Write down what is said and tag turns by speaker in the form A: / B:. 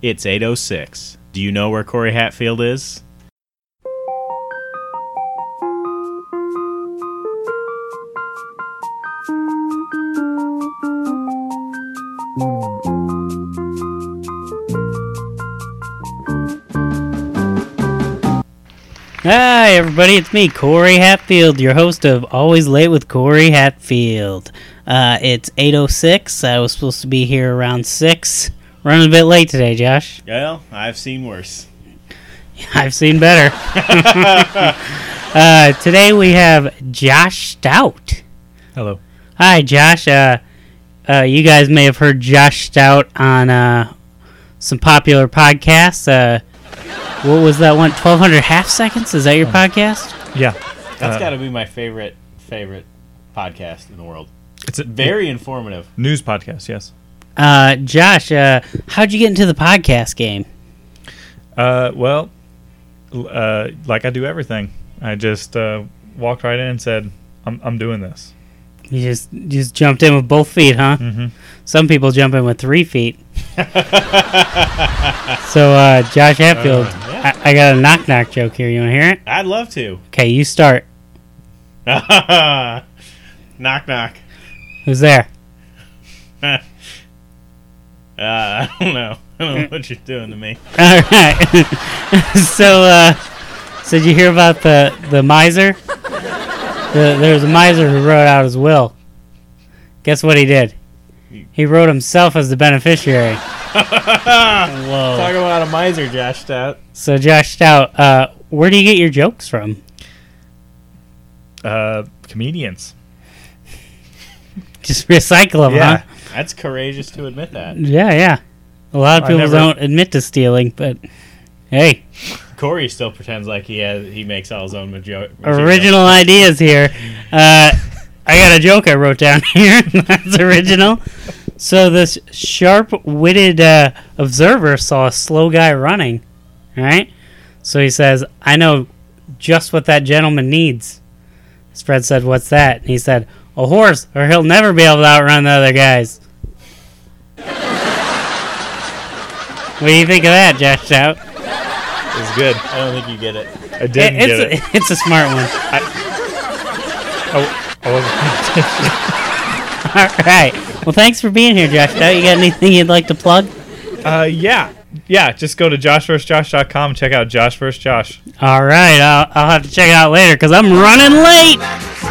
A: It's 806. Do you know where Corey Hatfield is?
B: Hi, everybody. It's me, Corey Hatfield, your host of Always Late with Corey Hatfield. Uh, it's 8.06. I was supposed to be here around 6. Running a bit late today, Josh.
A: Well, I've seen worse.
B: I've seen better. uh, today we have Josh Stout.
C: Hello.
B: Hi, Josh. Uh, uh, you guys may have heard Josh Stout on uh, some popular podcasts. Uh, what was that one? 1200 half seconds? Is that your podcast?
C: Yeah.
A: That's
C: Uh,
A: got to be my favorite favorite podcast in the world.
C: It's a
A: Very informative.
C: news podcast, yes.
B: Uh, Josh, uh, how'd you get into the podcast game?
C: Uh, well, l- uh, like I do everything, I just uh, walked right in and said, I'm, I'm doing this.
B: You just you just jumped in with both feet, huh?
C: Mhm.
B: Some people jump in with three feet. so, uh, Josh Hatfield,
A: yeah.
B: I, I got a knock knock joke here. You want to hear it?
A: I'd love to.
B: Okay, you start.
A: knock knock.
B: Who's there?
A: Uh, I don't know. I don't know what you're doing to me.
B: All right. so, uh, so did you hear about the the miser? The, there was a miser who wrote out his will. Guess what he did? He wrote himself as the beneficiary. Whoa.
A: Talk about a miser, Josh Stout.
B: So, Josh Stout, uh, where do you get your jokes from?
C: Uh, comedians.
B: Just recycle them,
C: Yeah.
B: huh?
A: That's courageous to admit that.
B: Yeah, yeah. A lot of
C: I
B: people
C: never-
B: don't admit to stealing, but hey,
A: Corey still pretends like he has he makes all his own majo- material.
B: original ideas here. Uh, I got a joke I wrote down here. That's original. So this sharp-witted uh, observer saw a slow guy running, right? So he says, "I know just what that gentleman needs." Fred said, "What's that?" And he said, "A horse, or he'll never be able to outrun the other guys." what do you think of that, Josh? Out.
C: It's good.
A: I don't think you get it.
C: I didn't
B: it's
C: get
B: a,
C: it.
B: it's a smart one.
C: oh, I, I wasn't-
B: All right. Well, thanks for being here, Josh. Now, you got anything you'd like to plug?
C: uh, yeah. Yeah, just go to joshvsjosh.com and check out Josh vs. Josh.
B: All right. I'll, I'll have to check it out later because I'm running late.